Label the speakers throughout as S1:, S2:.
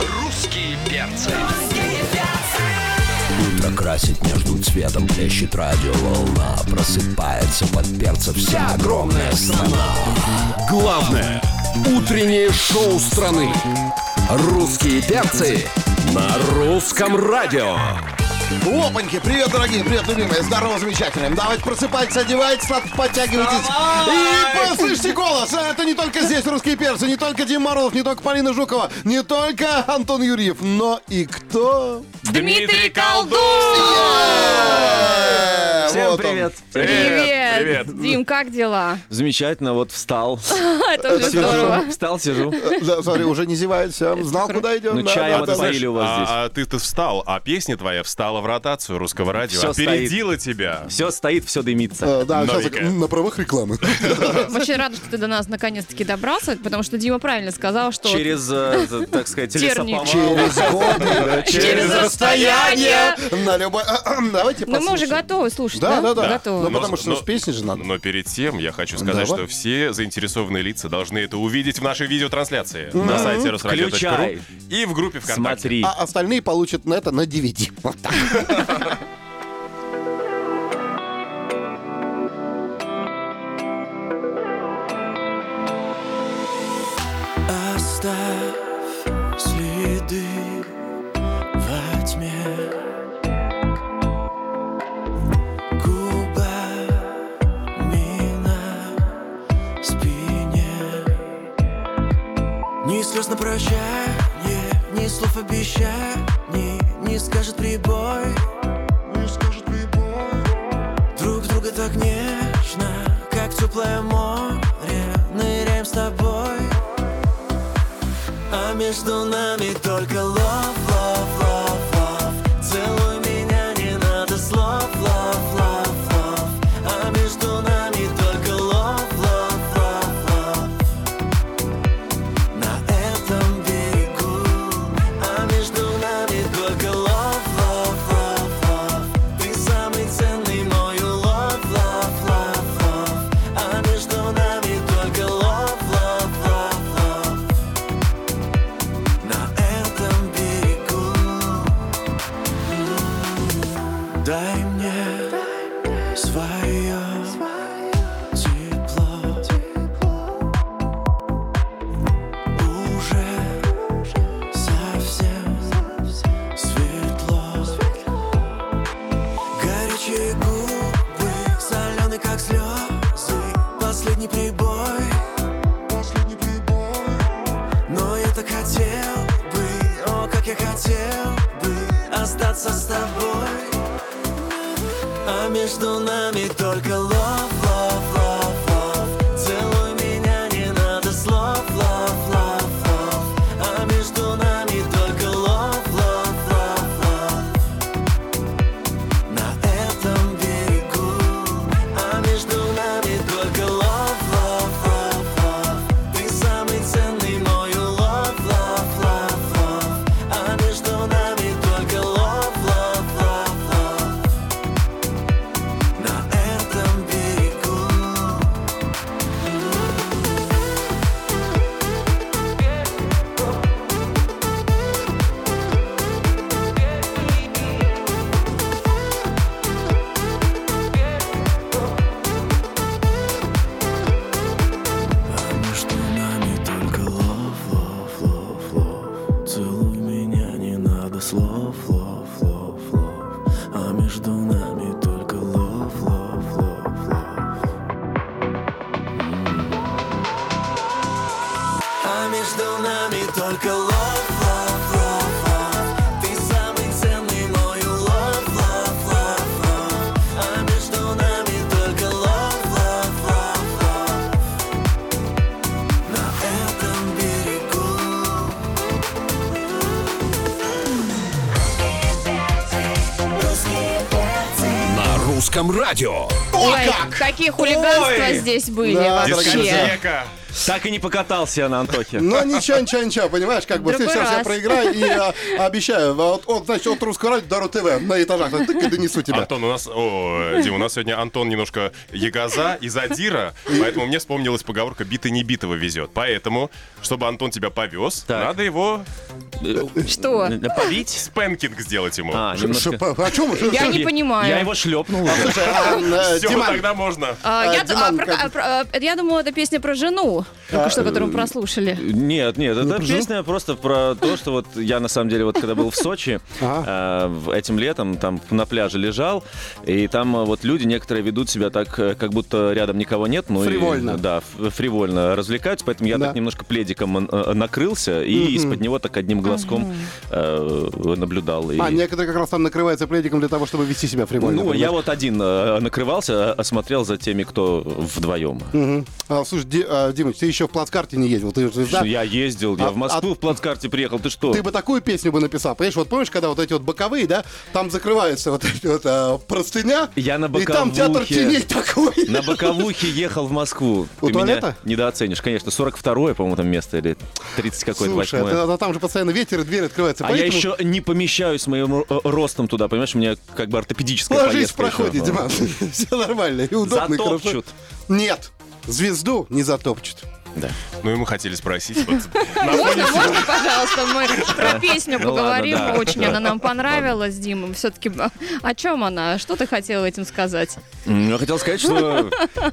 S1: Русские перцы.
S2: Утро красит между цветом Плещет радиоволна Просыпается под перца Вся огромная страна
S3: Главное утреннее шоу страны.
S2: Русские перцы
S3: На русском радио.
S4: Опаньки, привет, дорогие, привет, любимые, здорово, замечательные. Давайте просыпайтесь, одевайтесь, сладко подтягивайтесь. И послышите голос. Это не только здесь русские перцы, не только Дима Морозов, не только Полина Жукова, не только Антон Юрьев, но и кто?
S5: Дмитрий Колдун!
S4: Э,
S6: Всем
S4: вот он.
S6: привет.
S5: Привет!
S7: привет.
S5: Дим, как дела?
S6: Замечательно, вот встал.
S5: Ну, Это уже здорово.
S6: Встал, сижу.
S4: Э, Да, смотри, уже не зевается. Знал, куда идем.
S6: Ну,
S4: да,
S6: чаем
S4: да, да.
S6: отпоили у вас здесь.
S7: А, а ты, ты встал, а песня твоя встала в ротацию русского радио.
S6: Всё
S7: опередила тебя.
S6: Все стоит, все дымится.
S4: Э, Да, сейчас
S7: Новенькая.
S4: на правах рекламы.
S5: Очень рада, что ты до нас наконец-таки добрался, потому что Дима правильно сказал, что...
S6: Через, э, т- так сказать,
S5: Тернии.
S6: лесоповал.
S4: Через годы
S5: Через расстояние.
S4: на любой... Э, Давайте
S5: Ну, мы уже
S4: послушаем.
S5: готовы слушать,
S4: Да,
S5: да?
S4: да, да.
S5: Готовы.
S4: Ну, потому
S7: Но-
S4: что
S7: но-
S4: уж песни же надо.
S7: Но перед тем я хочу сказать,
S4: Давай.
S7: что все заинтересованные лица должны это увидеть в нашей видеотрансляции на сайте
S6: ну, Включай.
S7: русрадио.ру и в группе ВКонтакте.
S6: Смотри.
S4: А остальные получат на это на DVD. Вот так.
S8: Оставь следы во тьме Губами на спине Ни слез на прощание, ни слов обещаний Не скажет прибой Друг друга так нежно, как теплое море Ныряем с тобой а между нами только лов, лов, лов, лов Целуй меня, не надо слов, лов, лов, лов А между нами только лов, лов, лов, лов На этом берегу А между нами только лов, лов, лов, лов Ты самый ценный мой улов, лов, лов, лов А между нами только лов, лов, лов, лов на этом берегу Дай мне свое тепло Уже совсем светло Горячие губы, соленый как слезы Последний прибой Последний прибой но я так хотел бы, о, как я хотел бы остаться с тобой. А между нами только лов, лов, лов, лов Целуй меня, не надо слов, лов, лов, лов А между нами только лов, лов, лов, лов На этом берегу А между нами только лов, лов, лов, лов Ты самый ценный мой лов, лов, лов, лов А между нами только лов, лов, лов, лов на этом берегу А между нами только лов, лов, лов, лов Целуй меня, не надо слов, лов, лов, лов А между нами только лов, лов, лов, лов А между нами только лов, лов, лов, лов Ты самый ценный мой лов, лов, лов, лов А между нами только лов, лов, лов, лов на этом берегу
S3: На русском радио.
S5: Ой, какие хулиганства здесь были
S4: Да,
S5: вообще.
S4: дорогие друзья.
S7: Человека.
S6: Так и не покатался я на Антохе.
S4: Но ничего, ничего, ничего, понимаешь, как бы ты
S5: Другой
S4: сейчас я
S5: раз.
S4: проиграю и а, обещаю, а вот от, значит, от русского радио до РУ-ТВ на этажах, так, тык, и донесу
S6: А
S4: тебя.
S7: Антон, у нас... О, Дим, у нас сегодня Антон немножко ягоза и задира, поэтому мне вспомнилась поговорка «битый не битого везет». Поэтому, чтобы Антон тебя повез,
S6: Так.
S7: надо его
S5: Что?
S6: Э, Побить?
S7: спэнкинг сделать ему.
S6: А,
S4: Ш-
S6: немножко.
S4: ш- по- О чем? Ш- ш-
S5: Я не понимаю.
S6: Я его шлепнул уже.
S4: Слушай, а, э,
S7: Все,
S4: Диман,
S7: тогда можно.
S5: А,
S4: э,
S5: я, д- а,
S4: Диман,
S5: про-
S4: как-
S5: а, про- а, это я думала, это песня про жену, только что, которую мы прослушали.
S6: Нет, нет, это
S4: почему?
S6: песня просто про то, что вот я на самом деле вот когда был в Сочи, э, в- этим летом там на пляже лежал, и там э, вот люди некоторые ведут себя так, э, как будто рядом никого нет. Ну, и,
S4: Фривольно.
S6: да, ф- фривольно развлекаются, поэтому я
S4: Да.
S6: так немножко пледиком э, накрылся и из-под него так одним глазком э, наблюдал. И-
S4: А, некоторые как раз там накрываются пледиком для того, чтобы вести себя прямой.
S6: ну, я вот один э, накрывался, э, смотрел за теми, кто вдвоем.
S4: слушай, Ди- а, Димыч, ты еще в плацкарте не ездил. Ты, же, да,
S6: Я ездил, я
S4: А-
S6: в Москву в плацкарте приехал, ты что?
S4: ты бы такую песню бы написал. Понимаешь, вот помнишь, когда вот эти вот боковые, да, там закрывается вот эти вот а, простыня.
S6: Я на
S4: И там
S6: боковухе.
S4: театр теней такой.
S6: На боковухе ехал в Москву.
S4: У
S6: Ты меня
S4: туалета?
S6: недооценишь. Конечно, 42-е, по-моему, там место, или 30 какое-то
S4: Слушай, а
S6: восьмое.
S4: ты- а там же постоянно ветер и дверь открывается.
S6: А я
S4: поэтому
S6: еще не помещаюсь моим ро- ростом туда, понимаешь? У меня как бы ортопедическая
S4: Ложись в
S6: поездка еще,
S4: проходе,
S6: но-
S4: Диман. Все нормально и удобно. и хорошо.
S6: Затопчут.
S4: Нет, звезду не затопчут.
S7: Ну, и мы хотели спросить. вот,
S5: Можно, можно, пожалуйста, мы про песню
S6: Ну ладно,
S5: поговорим.
S6: да.
S5: Очень она нам понравилась, Дима. Все-таки о чем она? Что ты хотела этим сказать?
S6: М, Я хотел сказать, что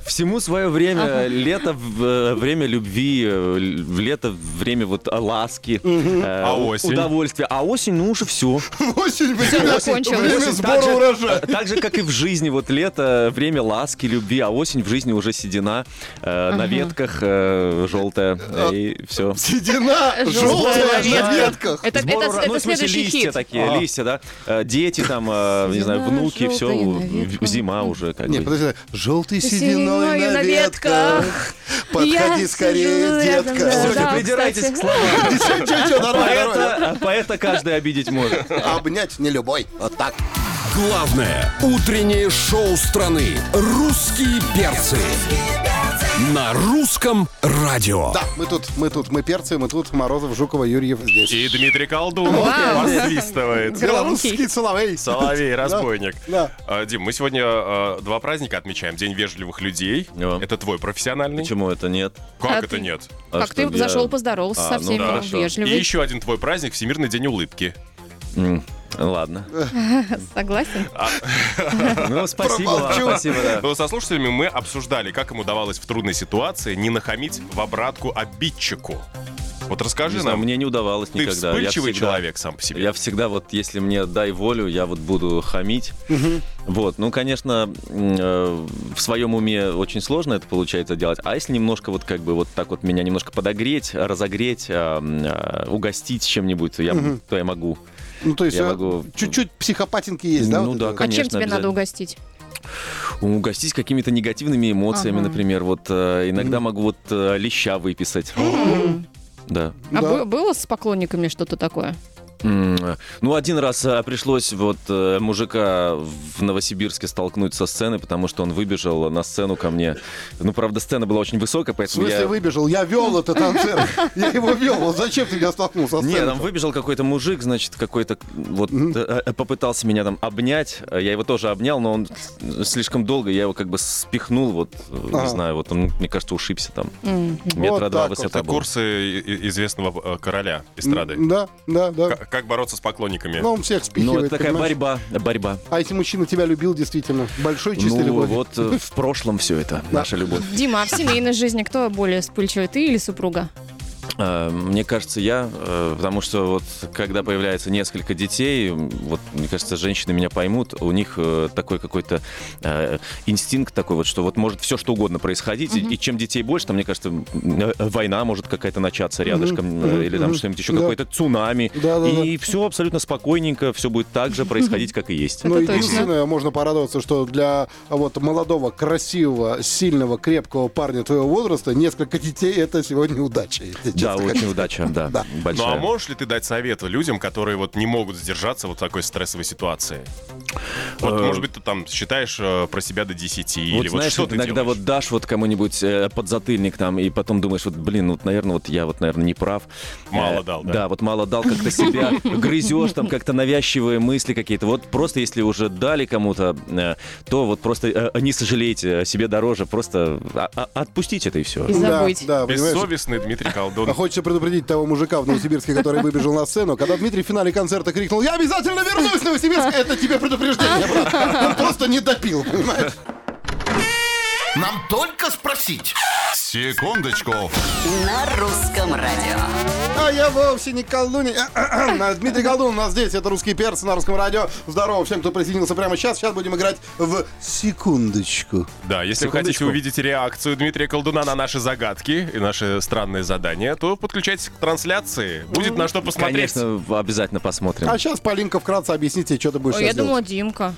S6: всему свое время. Лето, в- э, время любви, э, л- лето, время вот э, ласки. э,
S7: А
S6: у-
S7: осень?
S6: Удовольствие. А осень, ну уже все.
S4: Осень, время,
S5: закончилось.
S4: время
S5: Осень
S4: сбора урожая.
S6: Так же, как и в жизни, вот лето, время ласки, любви, а осень в жизни уже седина э, на ветках э, желтая и все.
S4: Седина желтая на
S5: ветка.
S4: ветках.
S5: Это, это, это следующий
S6: ну, листья
S5: хит.
S6: такие, листья, да, Э, дети там, э, не знаю,
S5: Седина
S6: внуки, все,
S5: желтая на ветках.
S6: зима уже как
S4: Не,
S6: бы.
S4: подожди, желтый
S5: Сединой
S4: сединой на
S5: на
S4: ветках.
S5: ветках.
S4: Подходи
S5: Я
S4: скорее,
S5: сижу рядом,
S4: детка.
S5: да.
S6: Всё,
S4: Всё,
S6: не
S5: Да,
S6: придирайтесь
S5: кстати.
S6: к словам.
S4: чё, чё, чё, нормально, нормально.
S6: Поэта, а поэта каждый обидеть может.
S4: Обнять не любой. Вот так.
S3: Главное утреннее шоу страны «Русские перцы». На русском радио.
S4: Да, мы тут, мы тут, мы перцы, мы тут, Морозов, Жукова, Юрьев здесь.
S7: И Дмитрий Колдун
S5: Вау.
S7: посвистывает.
S4: Белорусский Соловей.
S7: Соловей, разбойник.
S4: Да.
S7: А, Дим, мы сегодня а, два праздника отмечаем. День вежливых людей.
S6: Да.
S7: Это твой профессиональный.
S6: Почему это нет?
S7: Как
S5: А
S7: это
S5: ты-
S7: нет?
S6: А
S5: Как
S6: что,
S5: ты
S6: я-
S5: зашел, поздоровался
S6: А,
S5: со
S6: ну
S5: всеми,
S6: да,
S5: был
S6: хорошо.
S7: И
S5: вежливый.
S7: еще один твой праздник Всемирный день улыбки.
S6: Ладно.
S5: Согласен? А
S6: Ну, спасибо вам, спасибо, да.
S7: Но со слушателями мы обсуждали, как ему давалось в трудной ситуации не нахамить в обратку обидчику. Вот расскажи
S6: Не знаю,
S7: нам,
S6: мне не удавалось
S7: ты
S6: никогда. Я
S7: вспыльчивый
S6: всегда-
S7: человек сам по себе.
S6: Типа, Я всегда вот, если мне дай волю, я вот буду хамить. Вот, ну, конечно, м, э, в своем уме очень сложно это получается делать. А если немножко вот как бы вот так вот меня немножко подогреть, разогреть, э, м, э, угостить чем-нибудь, я, м- то я могу.
S4: Ну, то есть,
S6: Я
S4: э,
S6: могу-
S4: чуть-чуть психопатинки есть, да?
S6: Ну
S4: вот
S6: да,
S4: это?
S5: А чем
S6: Конечно,
S5: тебе надо
S6: обязательно.
S5: угостить?
S6: Угостить какими-то негативными эмоциями,
S5: Ага.
S6: например, вот э, иногда могу вот э, леща выписать. Да.
S4: Да.
S5: А бы- было с поклонниками что-то такое?
S6: М, Ну, один раз а, пришлось вот э, мужика в Новосибирске столкнуть со сцены, потому что он выбежал на сцену ко мне. Ну, правда, сцена была очень высокая,
S4: В
S6: поэтому
S4: смысле
S6: я...
S4: выбежал? Я вел этот концерт. Я его вел. Вот зачем ты меня столкнулся? со
S6: Не,
S4: сцены?
S6: там выбежал какой-то мужик, значит, какой-то вот э, э, попытался меня там обнять. Э, Я его тоже обнял, но он с- слишком долго, я его как бы спихнул, вот, э,
S4: Ага.
S6: не знаю, вот он, мне кажется, ушибся там.
S4: Вот
S6: Метра два
S4: так вот.
S6: высота
S7: Это
S6: была.
S7: курсы и- и- известного э, короля эстрады.
S4: Да, да, да.
S7: К- Как бороться с поклонниками?
S4: Ну, он всех
S6: Ну,
S4: спихивает,
S6: это такая
S4: понимаешь?
S6: борьба, борьба.
S4: А если мужчина тебя любил, действительно, большой чистой
S6: Ну,
S4: любовью.
S6: вот э, в прошлом все это, наша любовь.
S5: Дима, а в семейной жизни кто более вспыльчивый, ты или супруга?
S6: Э, Мне кажется, я, э, потому что вот когда появляется несколько детей, м, вот мне кажется, женщины меня поймут, у них э, такой какой-то э, инстинкт такой вот, что вот может все что угодно происходить, и- и, чем детей больше, там, мне кажется, м, э, война может какая-то начаться рядышком, э, или там что-нибудь еще,
S4: Да.
S6: какой-то цунами,
S4: Да, да,
S6: и все абсолютно спокойненько, все будет так же происходить, как и есть.
S4: Но
S5: Это точно.
S4: Ну, единственное, можно порадоваться, что для вот молодого, красивого, сильного, крепкого парня твоего возраста несколько детей это сегодня удача. если
S6: Да, очень удача, да,
S7: Ну а
S6: большая.
S7: можешь ли ты дать совет людям, которые вот не могут сдержаться вот в такой стрессовой ситуации? Вот,
S6: Э,
S7: может быть, ты там считаешь э, про себя до 10 или
S6: вот
S7: вот
S6: знаешь,
S7: что
S6: вот
S7: ты
S6: иногда
S7: делаешь?
S6: вот дашь вот кому-нибудь э, подзатыльник там, и потом думаешь, вот, блин, ну, вот, наверное, вот я вот, наверное, не прав. Э,
S7: Мало дал, да?
S6: Да, вот мало дал, как-то себя грызешь, там как-то навязчивые мысли какие-то. Вот просто если уже дали кому-то, э, то вот просто э, не сожалейте, э, себе дороже, просто а- а- отпустите это и все.
S5: И забыть.
S4: Да, да, понимаешь?
S7: Бессовестный Дмитрий
S4: А
S7: Колдун.
S4: Хочется предупредить того мужика в Новосибирске, который выбежал на сцену, когда Дмитрий в финале концерта крикнул «Я обязательно вернусь, Новосибирск!» Это тебе предупреждение, брат. Он просто не допил, понимаешь?
S1: Нам только спросить.
S9: Секундочку.
S10: На русском радио.
S4: А я вовсе не колдунь. А, Дмитрий Колдун у нас здесь, это «Русский перцы» на русском радио. Здорово всем, кто присоединился прямо сейчас. Сейчас будем играть в «Секундочку».
S7: Да, если вы хотите
S6: Секундочку.
S7: увидеть реакцию Дмитрия Колдуна на наши загадки и наши странные задания, то подключайтесь к трансляции. Будет на что посмотреть.
S6: Конечно, обязательно посмотрим.
S4: А сейчас Полинка вкратце объяснит тебе, что ты будешь
S5: Ой, я
S4: сейчас делать.
S5: думала, Димка.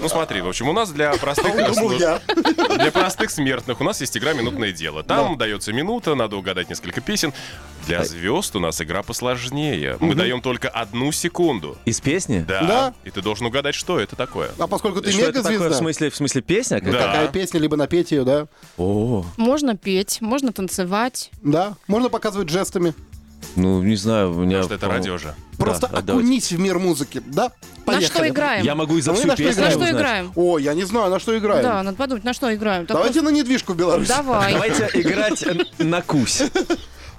S7: Ну смотри, в общем, у нас для простых
S4: Думал я.
S7: для простых смертных у нас есть игра «Минутное дело». Там дается минута, надо угадать несколько песен. Для звезд у нас игра посложнее. Мы даем только одну секунду.
S6: Из песни?
S7: Да.
S4: Да.
S7: И ты должен угадать, что это такое.
S4: А поскольку ты
S6: Что это такое? В
S4: мега-звезда,
S6: смысле, в смысле песня? какая-то?
S7: Да.
S4: такая песня, либо напеть ее, да?
S6: О,
S5: Можно петь, можно танцевать.
S4: Да, можно показывать жестами.
S6: ну не знаю, у меня...
S7: Потому что это
S6: по-моему,
S7: радио же.
S6: да,
S4: Просто
S6: а давайте.
S4: окунись в мир музыки, да? Поехали.
S5: На что играем?
S6: Я могу и за
S4: Ну и
S6: всю
S4: на что
S6: песню
S5: На что
S6: узнать.
S5: играем?
S4: О, я не знаю, на что играем.
S5: Да, надо подумать, на что играем. Так
S4: Давайте на недвижку в
S5: вот,
S4: Беларуси.
S5: Давай.
S6: Давайте играть э, на кусь.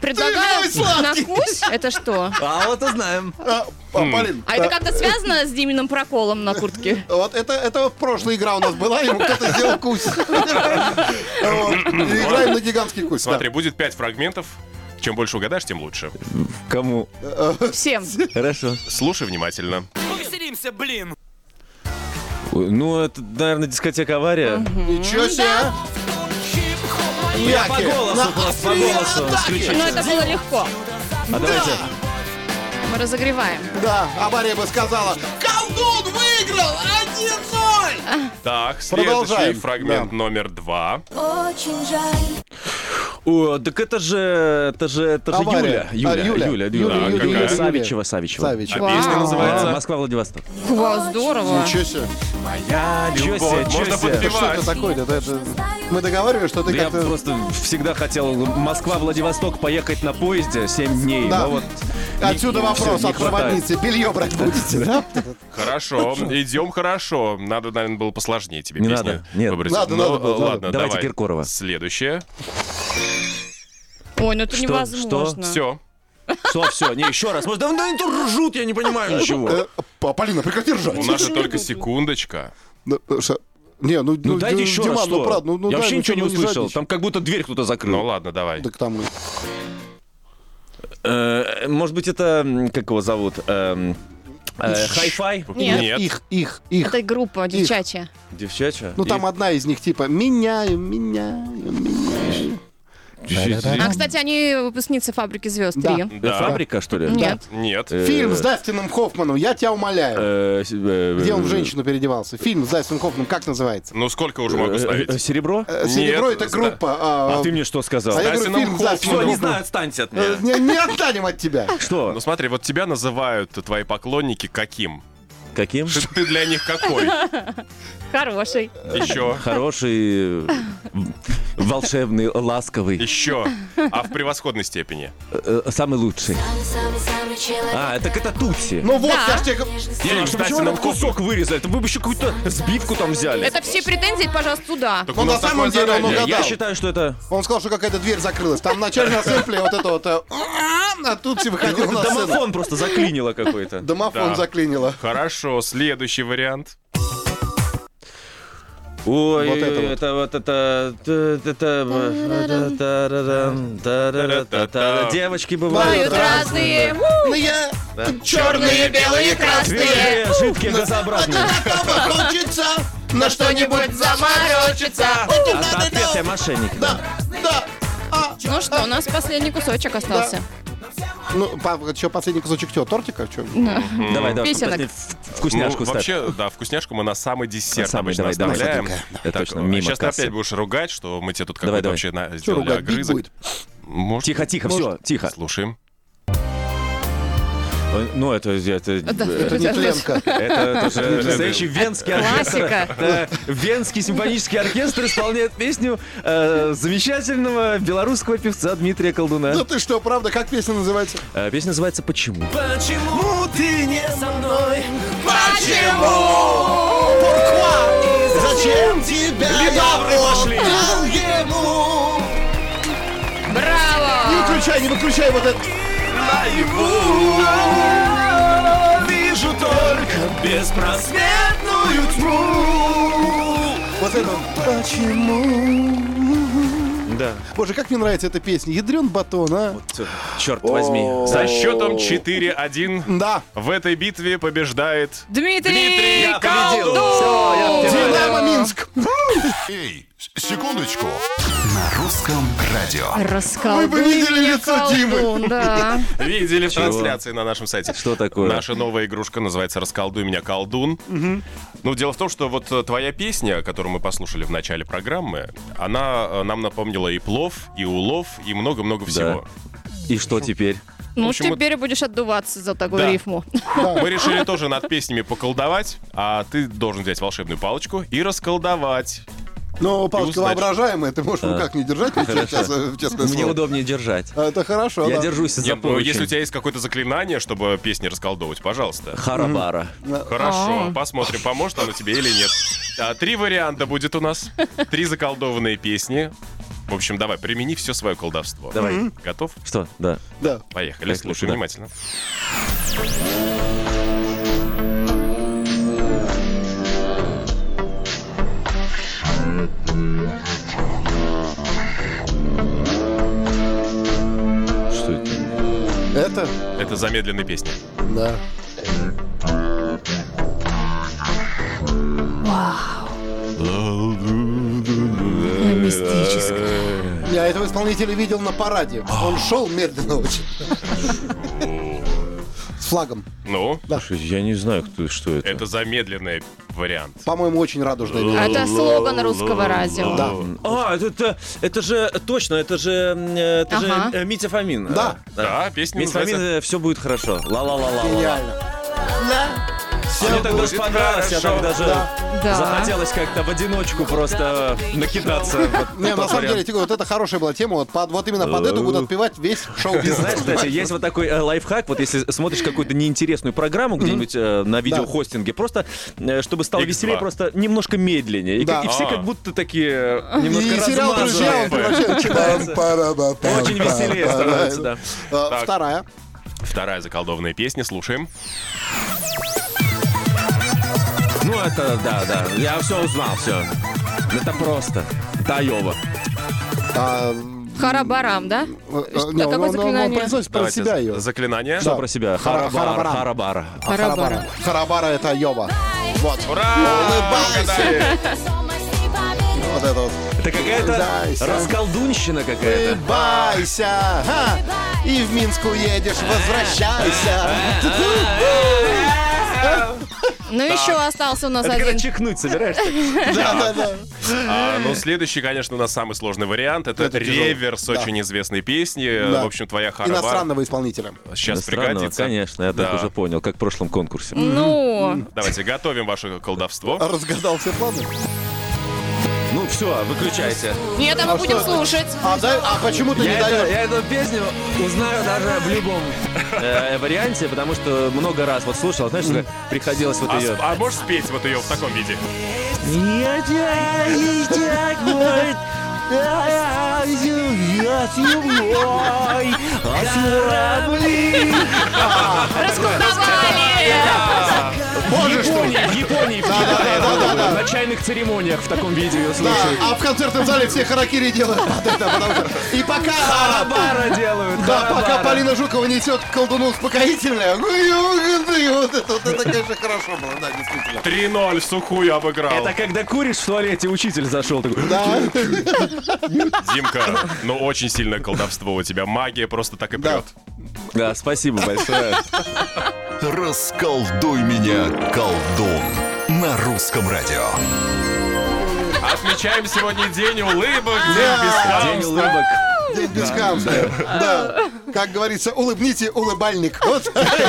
S5: Предлагаю
S4: мой сладкий!
S5: на кусь. Это что?
S6: А вот узнаем.
S4: А, а, Полин,
S5: А это
S4: да.
S5: как-то связано с Диминым проколом на куртке?
S4: Вот это, это прошлая игра у нас была, ему кто-то сделал кусь. Вот. И Играем на гигантский кусь. да.
S7: Смотри, будет пять фрагментов. Чем больше угадаешь, тем лучше.
S6: Кому?
S5: Всем.
S6: Хорошо.
S7: Слушай внимательно.
S8: Повеселимся, блин!
S6: Ой, Ну, это, наверное, дискотека авария.
S4: Ничего себе, а? Яки. На-
S6: по голосу.
S5: Но это было легко.
S6: А давайте.
S5: Мы разогреваем.
S4: Да, авария бы сказала. Колдун выиграл! 1-0!
S7: Так, следующий
S4: Продолжаем.
S7: фрагмент
S4: Да.
S7: номер два.
S10: Очень жаль.
S6: О, так это же, это же, это же
S4: Авария.
S6: Юля. Юля,
S4: А, Юля.
S6: Юля, Юля,
S4: Юля,
S7: Юля,
S6: Юля
S7: Юля.
S6: Савичева, Савичева.
S4: Савич.
S7: А песня
S5: Вау.
S6: А,
S7: называется
S6: Москва, Владивосток.
S5: Вау, здорово.
S4: Ничего себе.
S6: Чё себе,
S7: «Любовь».
S6: чё
S7: Можно
S6: себе.
S7: подпевать.
S4: Что это такое? Это- это- Мы договаривались, что
S6: Да
S4: ты
S6: Я
S4: как-то...
S6: просто всегда хотел Москва-Владивосток поехать на поезде 7 дней.
S4: Да.
S6: но вот
S4: Отсюда
S6: не- не-
S4: вопрос
S6: не
S4: от
S6: хватает.
S4: проводницы. Белье брать будете, да?
S7: Хорошо, идем хорошо. Надо, наверное, было посложнее тебе
S6: Не
S7: песню
S6: надо, нет.
S7: выбрать.
S4: Надо,
S7: Ну,
S4: надо было,
S7: э,
S4: надо.
S7: Ладно,
S6: Давайте
S7: давай.
S6: Киркорова.
S7: Следующее.
S5: Ой, ну это
S6: Что?
S5: невозможно.
S7: Все.
S6: Что, все, не, еще раз. Может, давно они тут ржут, я не понимаю ничего.
S4: Э, Па- Полина, прекрати ржать.
S7: У нас же только секундочка.
S4: Ну, э, ша- Не, ну,
S6: Ну, дайте еще
S4: Диман,
S6: раз,
S4: ну,
S6: что?
S4: правда, ну, ну,
S6: я
S4: да,
S6: вообще
S4: ну,
S6: ничего не
S4: ну,
S6: услышал.
S4: жадничай.
S6: Там как будто дверь кто-то
S7: Ну
S6: закрыл.
S7: ладно, давай.
S4: Так там... и-
S6: Э, Может быть, это, м, как его зовут, эм,
S4: Ну,
S6: э, хай-фай?
S5: Нет.
S4: Их, их, их.
S5: Это группа девчачья.
S6: Девчача?
S4: Ну, там одна из них типа «Меняю, меняю, меняю».
S5: А, кстати, они выпускницы «Фабрики звезд»
S4: Да.
S5: 3.
S7: Да.
S6: Фабрика, что ли?
S5: Нет.
S7: Нет.
S4: Фильм с Дастином Хоффманом, я тебя умоляю.
S6: Э,
S4: Где
S6: Где
S4: он в женщину переодевался? Фильм с Дастином Хоффманом, как называется?
S7: Ну сколько уже могу ставить?
S6: э, Серебро?
S4: Э, «Серебро» —
S7: Нет,
S4: это
S7: с-
S4: группа. а,
S6: А ты мне что сказал?
S4: а я говорю,
S7: Дастином
S4: фильм с Дастином
S6: Все, не
S4: Хоффманом.
S6: знаю, отстаньте от
S4: Э,
S6: меня.
S4: Не не отстанем от тебя.
S7: Ну
S6: Что?
S7: смотри, вот тебя называют твои поклонники каким?
S6: Каким?
S7: Ты- Ты для них какой?
S5: Хороший.
S7: Еще.
S6: Хороший, э, волшебный, ласковый,
S7: Еще. А в превосходной степени.
S6: э, э, самый лучший. А, так это Тутси.
S4: Ну вот,
S5: Да.
S4: я ж тебе... г-
S6: Слушай,
S7: Или, кстати,
S6: почему
S7: нам
S6: нам кусок вырезали? Это Вы бы еще какую-то сбивку там взяли.
S5: Это все претензии, пожалуйста, туда.
S7: Так
S4: Ну,
S7: у нас
S4: на самом
S7: такое
S4: деле,
S7: задание.
S4: он
S6: Не, Я
S4: угадал.
S6: считаю, что это
S4: Он сказал, что какая-то дверь закрылась. Там вначале на сэмпле вот это вот... э, А тут все выходил на сцену.
S6: домофон просто заклинило какой-то.
S4: Домофон
S7: Да.
S4: заклинило.
S7: Хорошо, следующий вариант.
S6: Ой,
S4: Вот это вот.
S6: это вот это т- т- т- тарарам, тарара, та- та- Девочки бывают
S5: Бывают разные.
S4: Ну я... Черные, белые, красные.
S6: твердые, Э, жидкие, газообразные.
S4: Готова хочется на что-нибудь заморочиться.
S6: А это отпетые мошенники.
S4: Да.
S5: Ну что, у нас последний кусочек остался.
S4: Ну, что, последний кусочек чего? Тортика? Чё?
S6: Давай, давай,
S5: Песенок.
S6: вкусняшку вкусняшку
S7: Ну,
S6: ставь.
S7: вообще, да, вкусняшку мы на самый десерт
S6: На самый,
S7: обычно
S6: давай, давай.
S7: оставляем.
S6: Сладенькое. Да,
S7: Так,
S6: точно, мимо
S7: Сейчас ты
S6: кассы.
S7: опять будешь ругать, что мы тебе тут
S6: Давай,
S7: какой-то вообще на-
S4: Чё
S7: сделали
S4: ругать? Бить
S7: огрызок.
S4: будет.
S7: Может,
S6: Тихо, тихо, все, тихо.
S7: Слушаем.
S6: Э, Ну, это... Это,
S5: Это
S6: это,
S5: не
S4: Тленко.
S6: это же настоящий венский оркестр.
S5: Классика.
S6: Да, Венский симфонический оркестр исполняет песню э, замечательного белорусского певца Дмитрия Колдуна.
S4: Ну ты что, правда, как песня называется?
S6: Э, Песня называется «Почему?».
S8: Почему ты не со мной?
S4: Зачем тебя Ледавры вошли.
S5: Браво!
S4: Не выключай, не выключай вот это.
S8: Вижу только беспросветную тьму.
S4: Вот это.
S6: Да.
S4: Боже, как мне нравится эта песня. Ядрен батон, а.
S6: Черт возьми.
S7: За счетом 4-1
S4: Да.
S7: в этой битве побеждает... Дмитрий,
S5: Дмитрий
S7: я победил.
S5: Колдун!
S4: Динамо Минск.
S9: Эй, с- секундочку. На русском радио.
S5: Расколдуй
S4: Вы бы видели
S5: меня,
S4: лицо Димы.
S5: колдун, Да.
S7: Видели в трансляции на нашем сайте.
S6: Что такое?
S7: Наша новая игрушка называется «Расколдуй меня, колдун». Ну, дело в том, что вот э, твоя песня, которую мы послушали в начале программы, она э, нам напомнила и плов, и улов, и много-много всего.
S6: И что теперь?
S5: Ну,
S7: общем, вот-
S5: теперь будешь отдуваться за такую
S7: Да.
S5: рифму.
S7: Мы решили тоже над песнями поколдовать, а ты должен взять волшебную палочку и расколдовать.
S4: Ну,
S7: узнать,
S4: палочка
S7: что-
S4: воображаемая, ты можешь в руках не держать, ведь я сейчас, э, честное
S6: Мне
S4: слово.
S6: удобнее держать.
S4: А, Это хорошо,
S6: Я
S4: да.
S6: держусь за
S7: Нет, ну, если у
S6: поручень.
S7: тебя есть какое-то заклинание, чтобы песни расколдовывать, пожалуйста.
S6: Харабара.
S7: Хорошо, посмотрим, поможет оно тебе или нет. А, Три варианта будет у нас. Три заколдованные песни. В общем, давай, примени все свое колдовство.
S6: Давай.
S7: Готов?
S6: Что? Да.
S4: Да.
S7: Поехали,
S6: Поехали,
S7: слушай
S6: да.
S7: внимательно.
S6: Что это?
S4: Это?
S7: Это замедленная песня.
S4: Да.
S5: Мистическое.
S4: Я этого исполнителя видел на параде. Он шел медленно очень. С флагом.
S7: Ну,
S6: Слушай, Я не знаю, кто, что это.
S7: это замедленный вариант.
S4: По-моему, очень радужная вещь.
S5: Это слоган русского радио.
S4: Да.
S6: А, это, это, это же точно, это же, м, э, это
S5: Ага.
S6: же э, Митя Фомин.
S4: Да.
S6: Э,
S7: Да, песня
S6: Митя Фомин,
S7: называется...
S6: все будет хорошо. Ла-ла-ла-ла.
S4: Гениально.
S6: Мне так даже понравилось, я так даже
S5: Да.
S6: захотелось как-то в одиночку просто накидаться. Вот
S4: Не, на
S6: тот
S4: самом деле,
S6: вариант.
S4: Тиго, вот это хорошая была тема. Вот, под- вот именно под эту будут отпевать весь шоу.
S6: Ты знаешь, кстати, есть вот такой э, лайфхак, вот если смотришь какую-то неинтересную программу где-нибудь э, на видеохостинге, просто, э, чтобы стало
S7: Икс
S6: веселее,
S7: два.
S6: просто немножко медленнее. И,
S4: Да.
S6: как- и все
S7: А.
S6: как будто такие э,
S4: И
S6: немножко
S4: сериал «Друзья» э, он
S6: размазанные.
S4: превращает
S6: Пытается.
S4: Пам-пара-ба-пам.
S6: Очень веселее становится, да.
S4: А, Вторая.
S7: Вторая заколдованная песня, слушаем.
S6: Ну это, да, да, я все узнал, все. Это просто. Таева.
S4: А,
S5: Харабарам, да?
S4: э, э,
S5: Что-
S4: не,
S5: а
S4: он-
S5: какое
S4: он- Он
S5: заклинание?
S4: произносит про
S7: Давайте
S4: себя
S7: з-
S4: ее.
S7: заклинание.
S6: Что про себя?
S4: Хара-
S6: Харабара.
S4: харабарам.
S6: Харабара.
S5: Харабара.
S4: Харабара это Йова. Вот.
S7: Улыбайся!
S4: Вот это вот.
S6: Это какая-то
S4: Улыбайся.
S6: расколдунщина какая-то.
S4: Улыбайся, ха! и в Минск уедешь, возвращайся.
S5: Ну, еще остался у нас
S6: Это когда
S5: один.
S6: чихнуть собираешься.
S4: Да-да-да.
S7: А, ну, следующий, конечно, у нас самый сложный вариант. Это,
S4: Это тяжело.
S7: реверс очень известной песни.
S4: Да.
S7: В общем, твоя харабар
S4: Иностранного исполнителя.
S7: сейчас
S6: Странно,
S7: пригодится.
S6: конечно, я так
S7: Да.
S6: уже понял, как в прошлом конкурсе.
S5: Ну,
S7: Давайте готовим ваше колдовство.
S4: Разгадал все планы.
S6: Ну все, выключайте.
S5: нет, а мы будем слушать.
S4: А, дай- а почему ты не
S6: Я, это-
S4: даешь?
S6: я эту песню узнаю даже в любом э, варианте, потому что много раз вот слушал, знаешь, что приходилось вот
S7: А,
S6: ее...
S7: с- а можешь спеть вот ее в таком виде?
S6: а
S5: Расколдовали!
S4: Можешь
S6: В Японии, в Японии в на чайных церемониях в таком виде ее слушают.
S4: А в концертном зале все харакири делают под это, потому что- И пока... а,
S6: Бара делают.
S4: Да,
S6: барабара.
S4: пока Полина Жукова несет колдуну успокоительное. ну и вот это, и вот это, вот это, конечно, хорошо было, да, действительно.
S7: 3-0 в сухую обыграл.
S6: Это когда куришь в туалете, учитель зашел такой.
S4: Да,
S7: Димка, ну очень сильное колдовство у тебя. Магия просто так и
S4: Да.
S7: прет.
S6: Да, спасибо большое.
S9: Расколдуй меня, колдун. На русском радио.
S7: Отмечаем сегодня день улыбок, день
S6: День А,
S7: бесстрашия.
S6: улыбок.
S4: день без хамства. Да. Как говорится, улыбните улыбальник. Вот.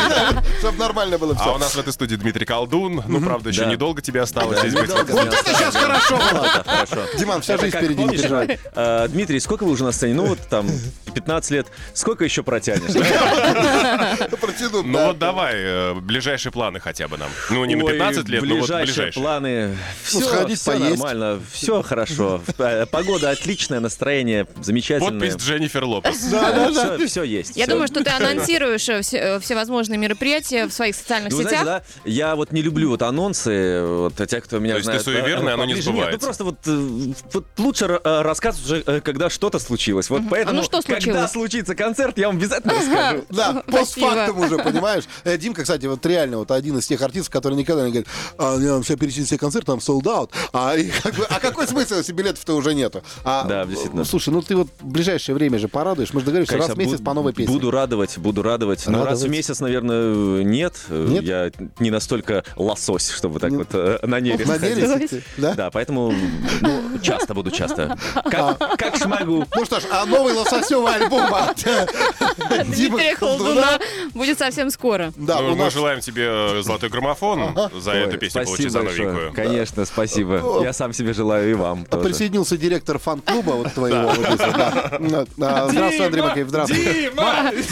S4: Чтобы нормально было
S7: А у
S4: все.
S7: нас в этой студии Дмитрий Колдун. Ну, правда, еще
S6: Да.
S7: недолго тебе осталось здесь быть.
S6: Недолго
S4: Вот
S6: мне
S4: это сейчас хорошо было.
S6: Хорошо.
S4: Диман, вся
S6: Это
S4: жизнь
S6: как,
S4: впереди. не
S6: помнишь,
S4: переживай.
S6: э, Дмитрий, сколько вы уже на сцене? Ну вот там 15 лет. Сколько еще протянешь?
S4: Протяну.
S7: Ну вот давай, э, ближайшие планы хотя бы нам. Ну, не на
S6: Ой,
S7: 15 лет, но вот
S6: ближайшие
S7: ближайшие.
S6: планы. Все,
S4: Ну, сходить поесть.
S6: нормально, все хорошо. Э, Погода отличная, настроение
S7: Вот
S6: замечательное.
S7: пусть Дженнифер Лопес.
S6: все, есть.
S5: Я
S6: всё.
S5: думаю, что ты анонсируешь э, все- э, всевозможные мероприятия в своих социальных
S6: Ну, вы знаете,
S5: сетях.
S6: да, я вот не люблю вот анонсы, вот а те, кто меня
S7: То есть ты
S6: знает, да,
S7: суеверный, оно не
S6: поближе,
S7: сбывается.
S6: нет, ну просто вот, э, вот лучше э, рассказывать уже, э, когда что-то случилось. Вот поэтому,
S4: А
S5: ну что
S6: когда
S5: случилось?
S6: случится концерт, я вам обязательно расскажу.
S4: Да,
S5: Спасибо.
S4: постфактум уже, понимаешь? Э, Димка, кстати, вот реально, вот один из тех артистов, который никогда не говорит, а, я вам все перечислил все концерты, там sold out. А, и как бы, а какой смысл, если билетов-то уже нету? А,
S6: Да, действительно.
S4: э, Слушай, ну ты вот в ближайшее время же порадуешь, мы же договорились, раз в
S6: Конечно,
S4: месяц
S6: буд-
S4: по новой песне.
S6: Буду радовать, буду радовать. Но раз в
S4: Радовать.
S6: месяц, наверное, нет.
S4: Нет?
S6: Я не настолько лосось, чтобы так
S4: Нет.
S6: вот э, на нере
S4: На
S6: ходить.
S4: нерест, да?
S6: Да, поэтому ну, часто буду, часто. Как, как смогу.
S4: Ну что ж, а новый лососевый альбом от э, Димы
S5: Дмитрия
S4: Колдуна.
S5: Холдуна будет совсем скоро.
S4: Да,
S7: Ну,
S4: у
S7: мы
S4: нас...
S7: желаем тебе э, золотой граммофон за Э, эту песню получить за
S6: Спасибо большое.
S7: новенькую.
S6: Конечно, спасибо. Я сам себе желаю и вам тоже.
S4: Присоединился директор фан-клуба вот твоего. вот здесь вот, да. Ну, а, Здравствуй, Андрей Макеев, здравствуй. Дима!
S7: Где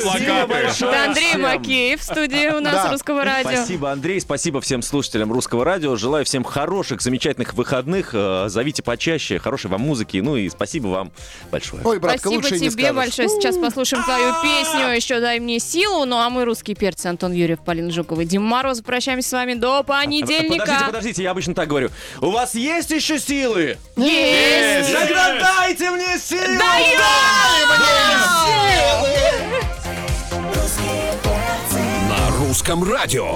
S4: Спасибо
S7: плакаты?
S5: Это Андрей
S6: Всем.
S5: Макеев в студии у нас
S4: Да.
S5: Русского радио.
S6: Спасибо, Андрей, спасибо всем слушателям Русского радио. Желаю всем хороших, замечательных выходных. Э, Зовите почаще, хорошей вам музыки. Ну и спасибо вам большое.
S4: Ой, братка,
S5: Спасибо
S4: лучше и не
S5: тебе
S4: скажешь.
S5: большое. Сейчас послушаем твою песню. Еще дай мне силу. Ну а мы, русские перцы, Антон Юрьев, Полин Жуков и Дима Мороз. Прощаемся с вами до понедельника.
S6: А, Подождите, подождите, я обычно так говорю. У вас есть еще силы?
S5: Есть!
S6: Тогда дайте мне силы!
S5: Даём!
S2: На русском радио.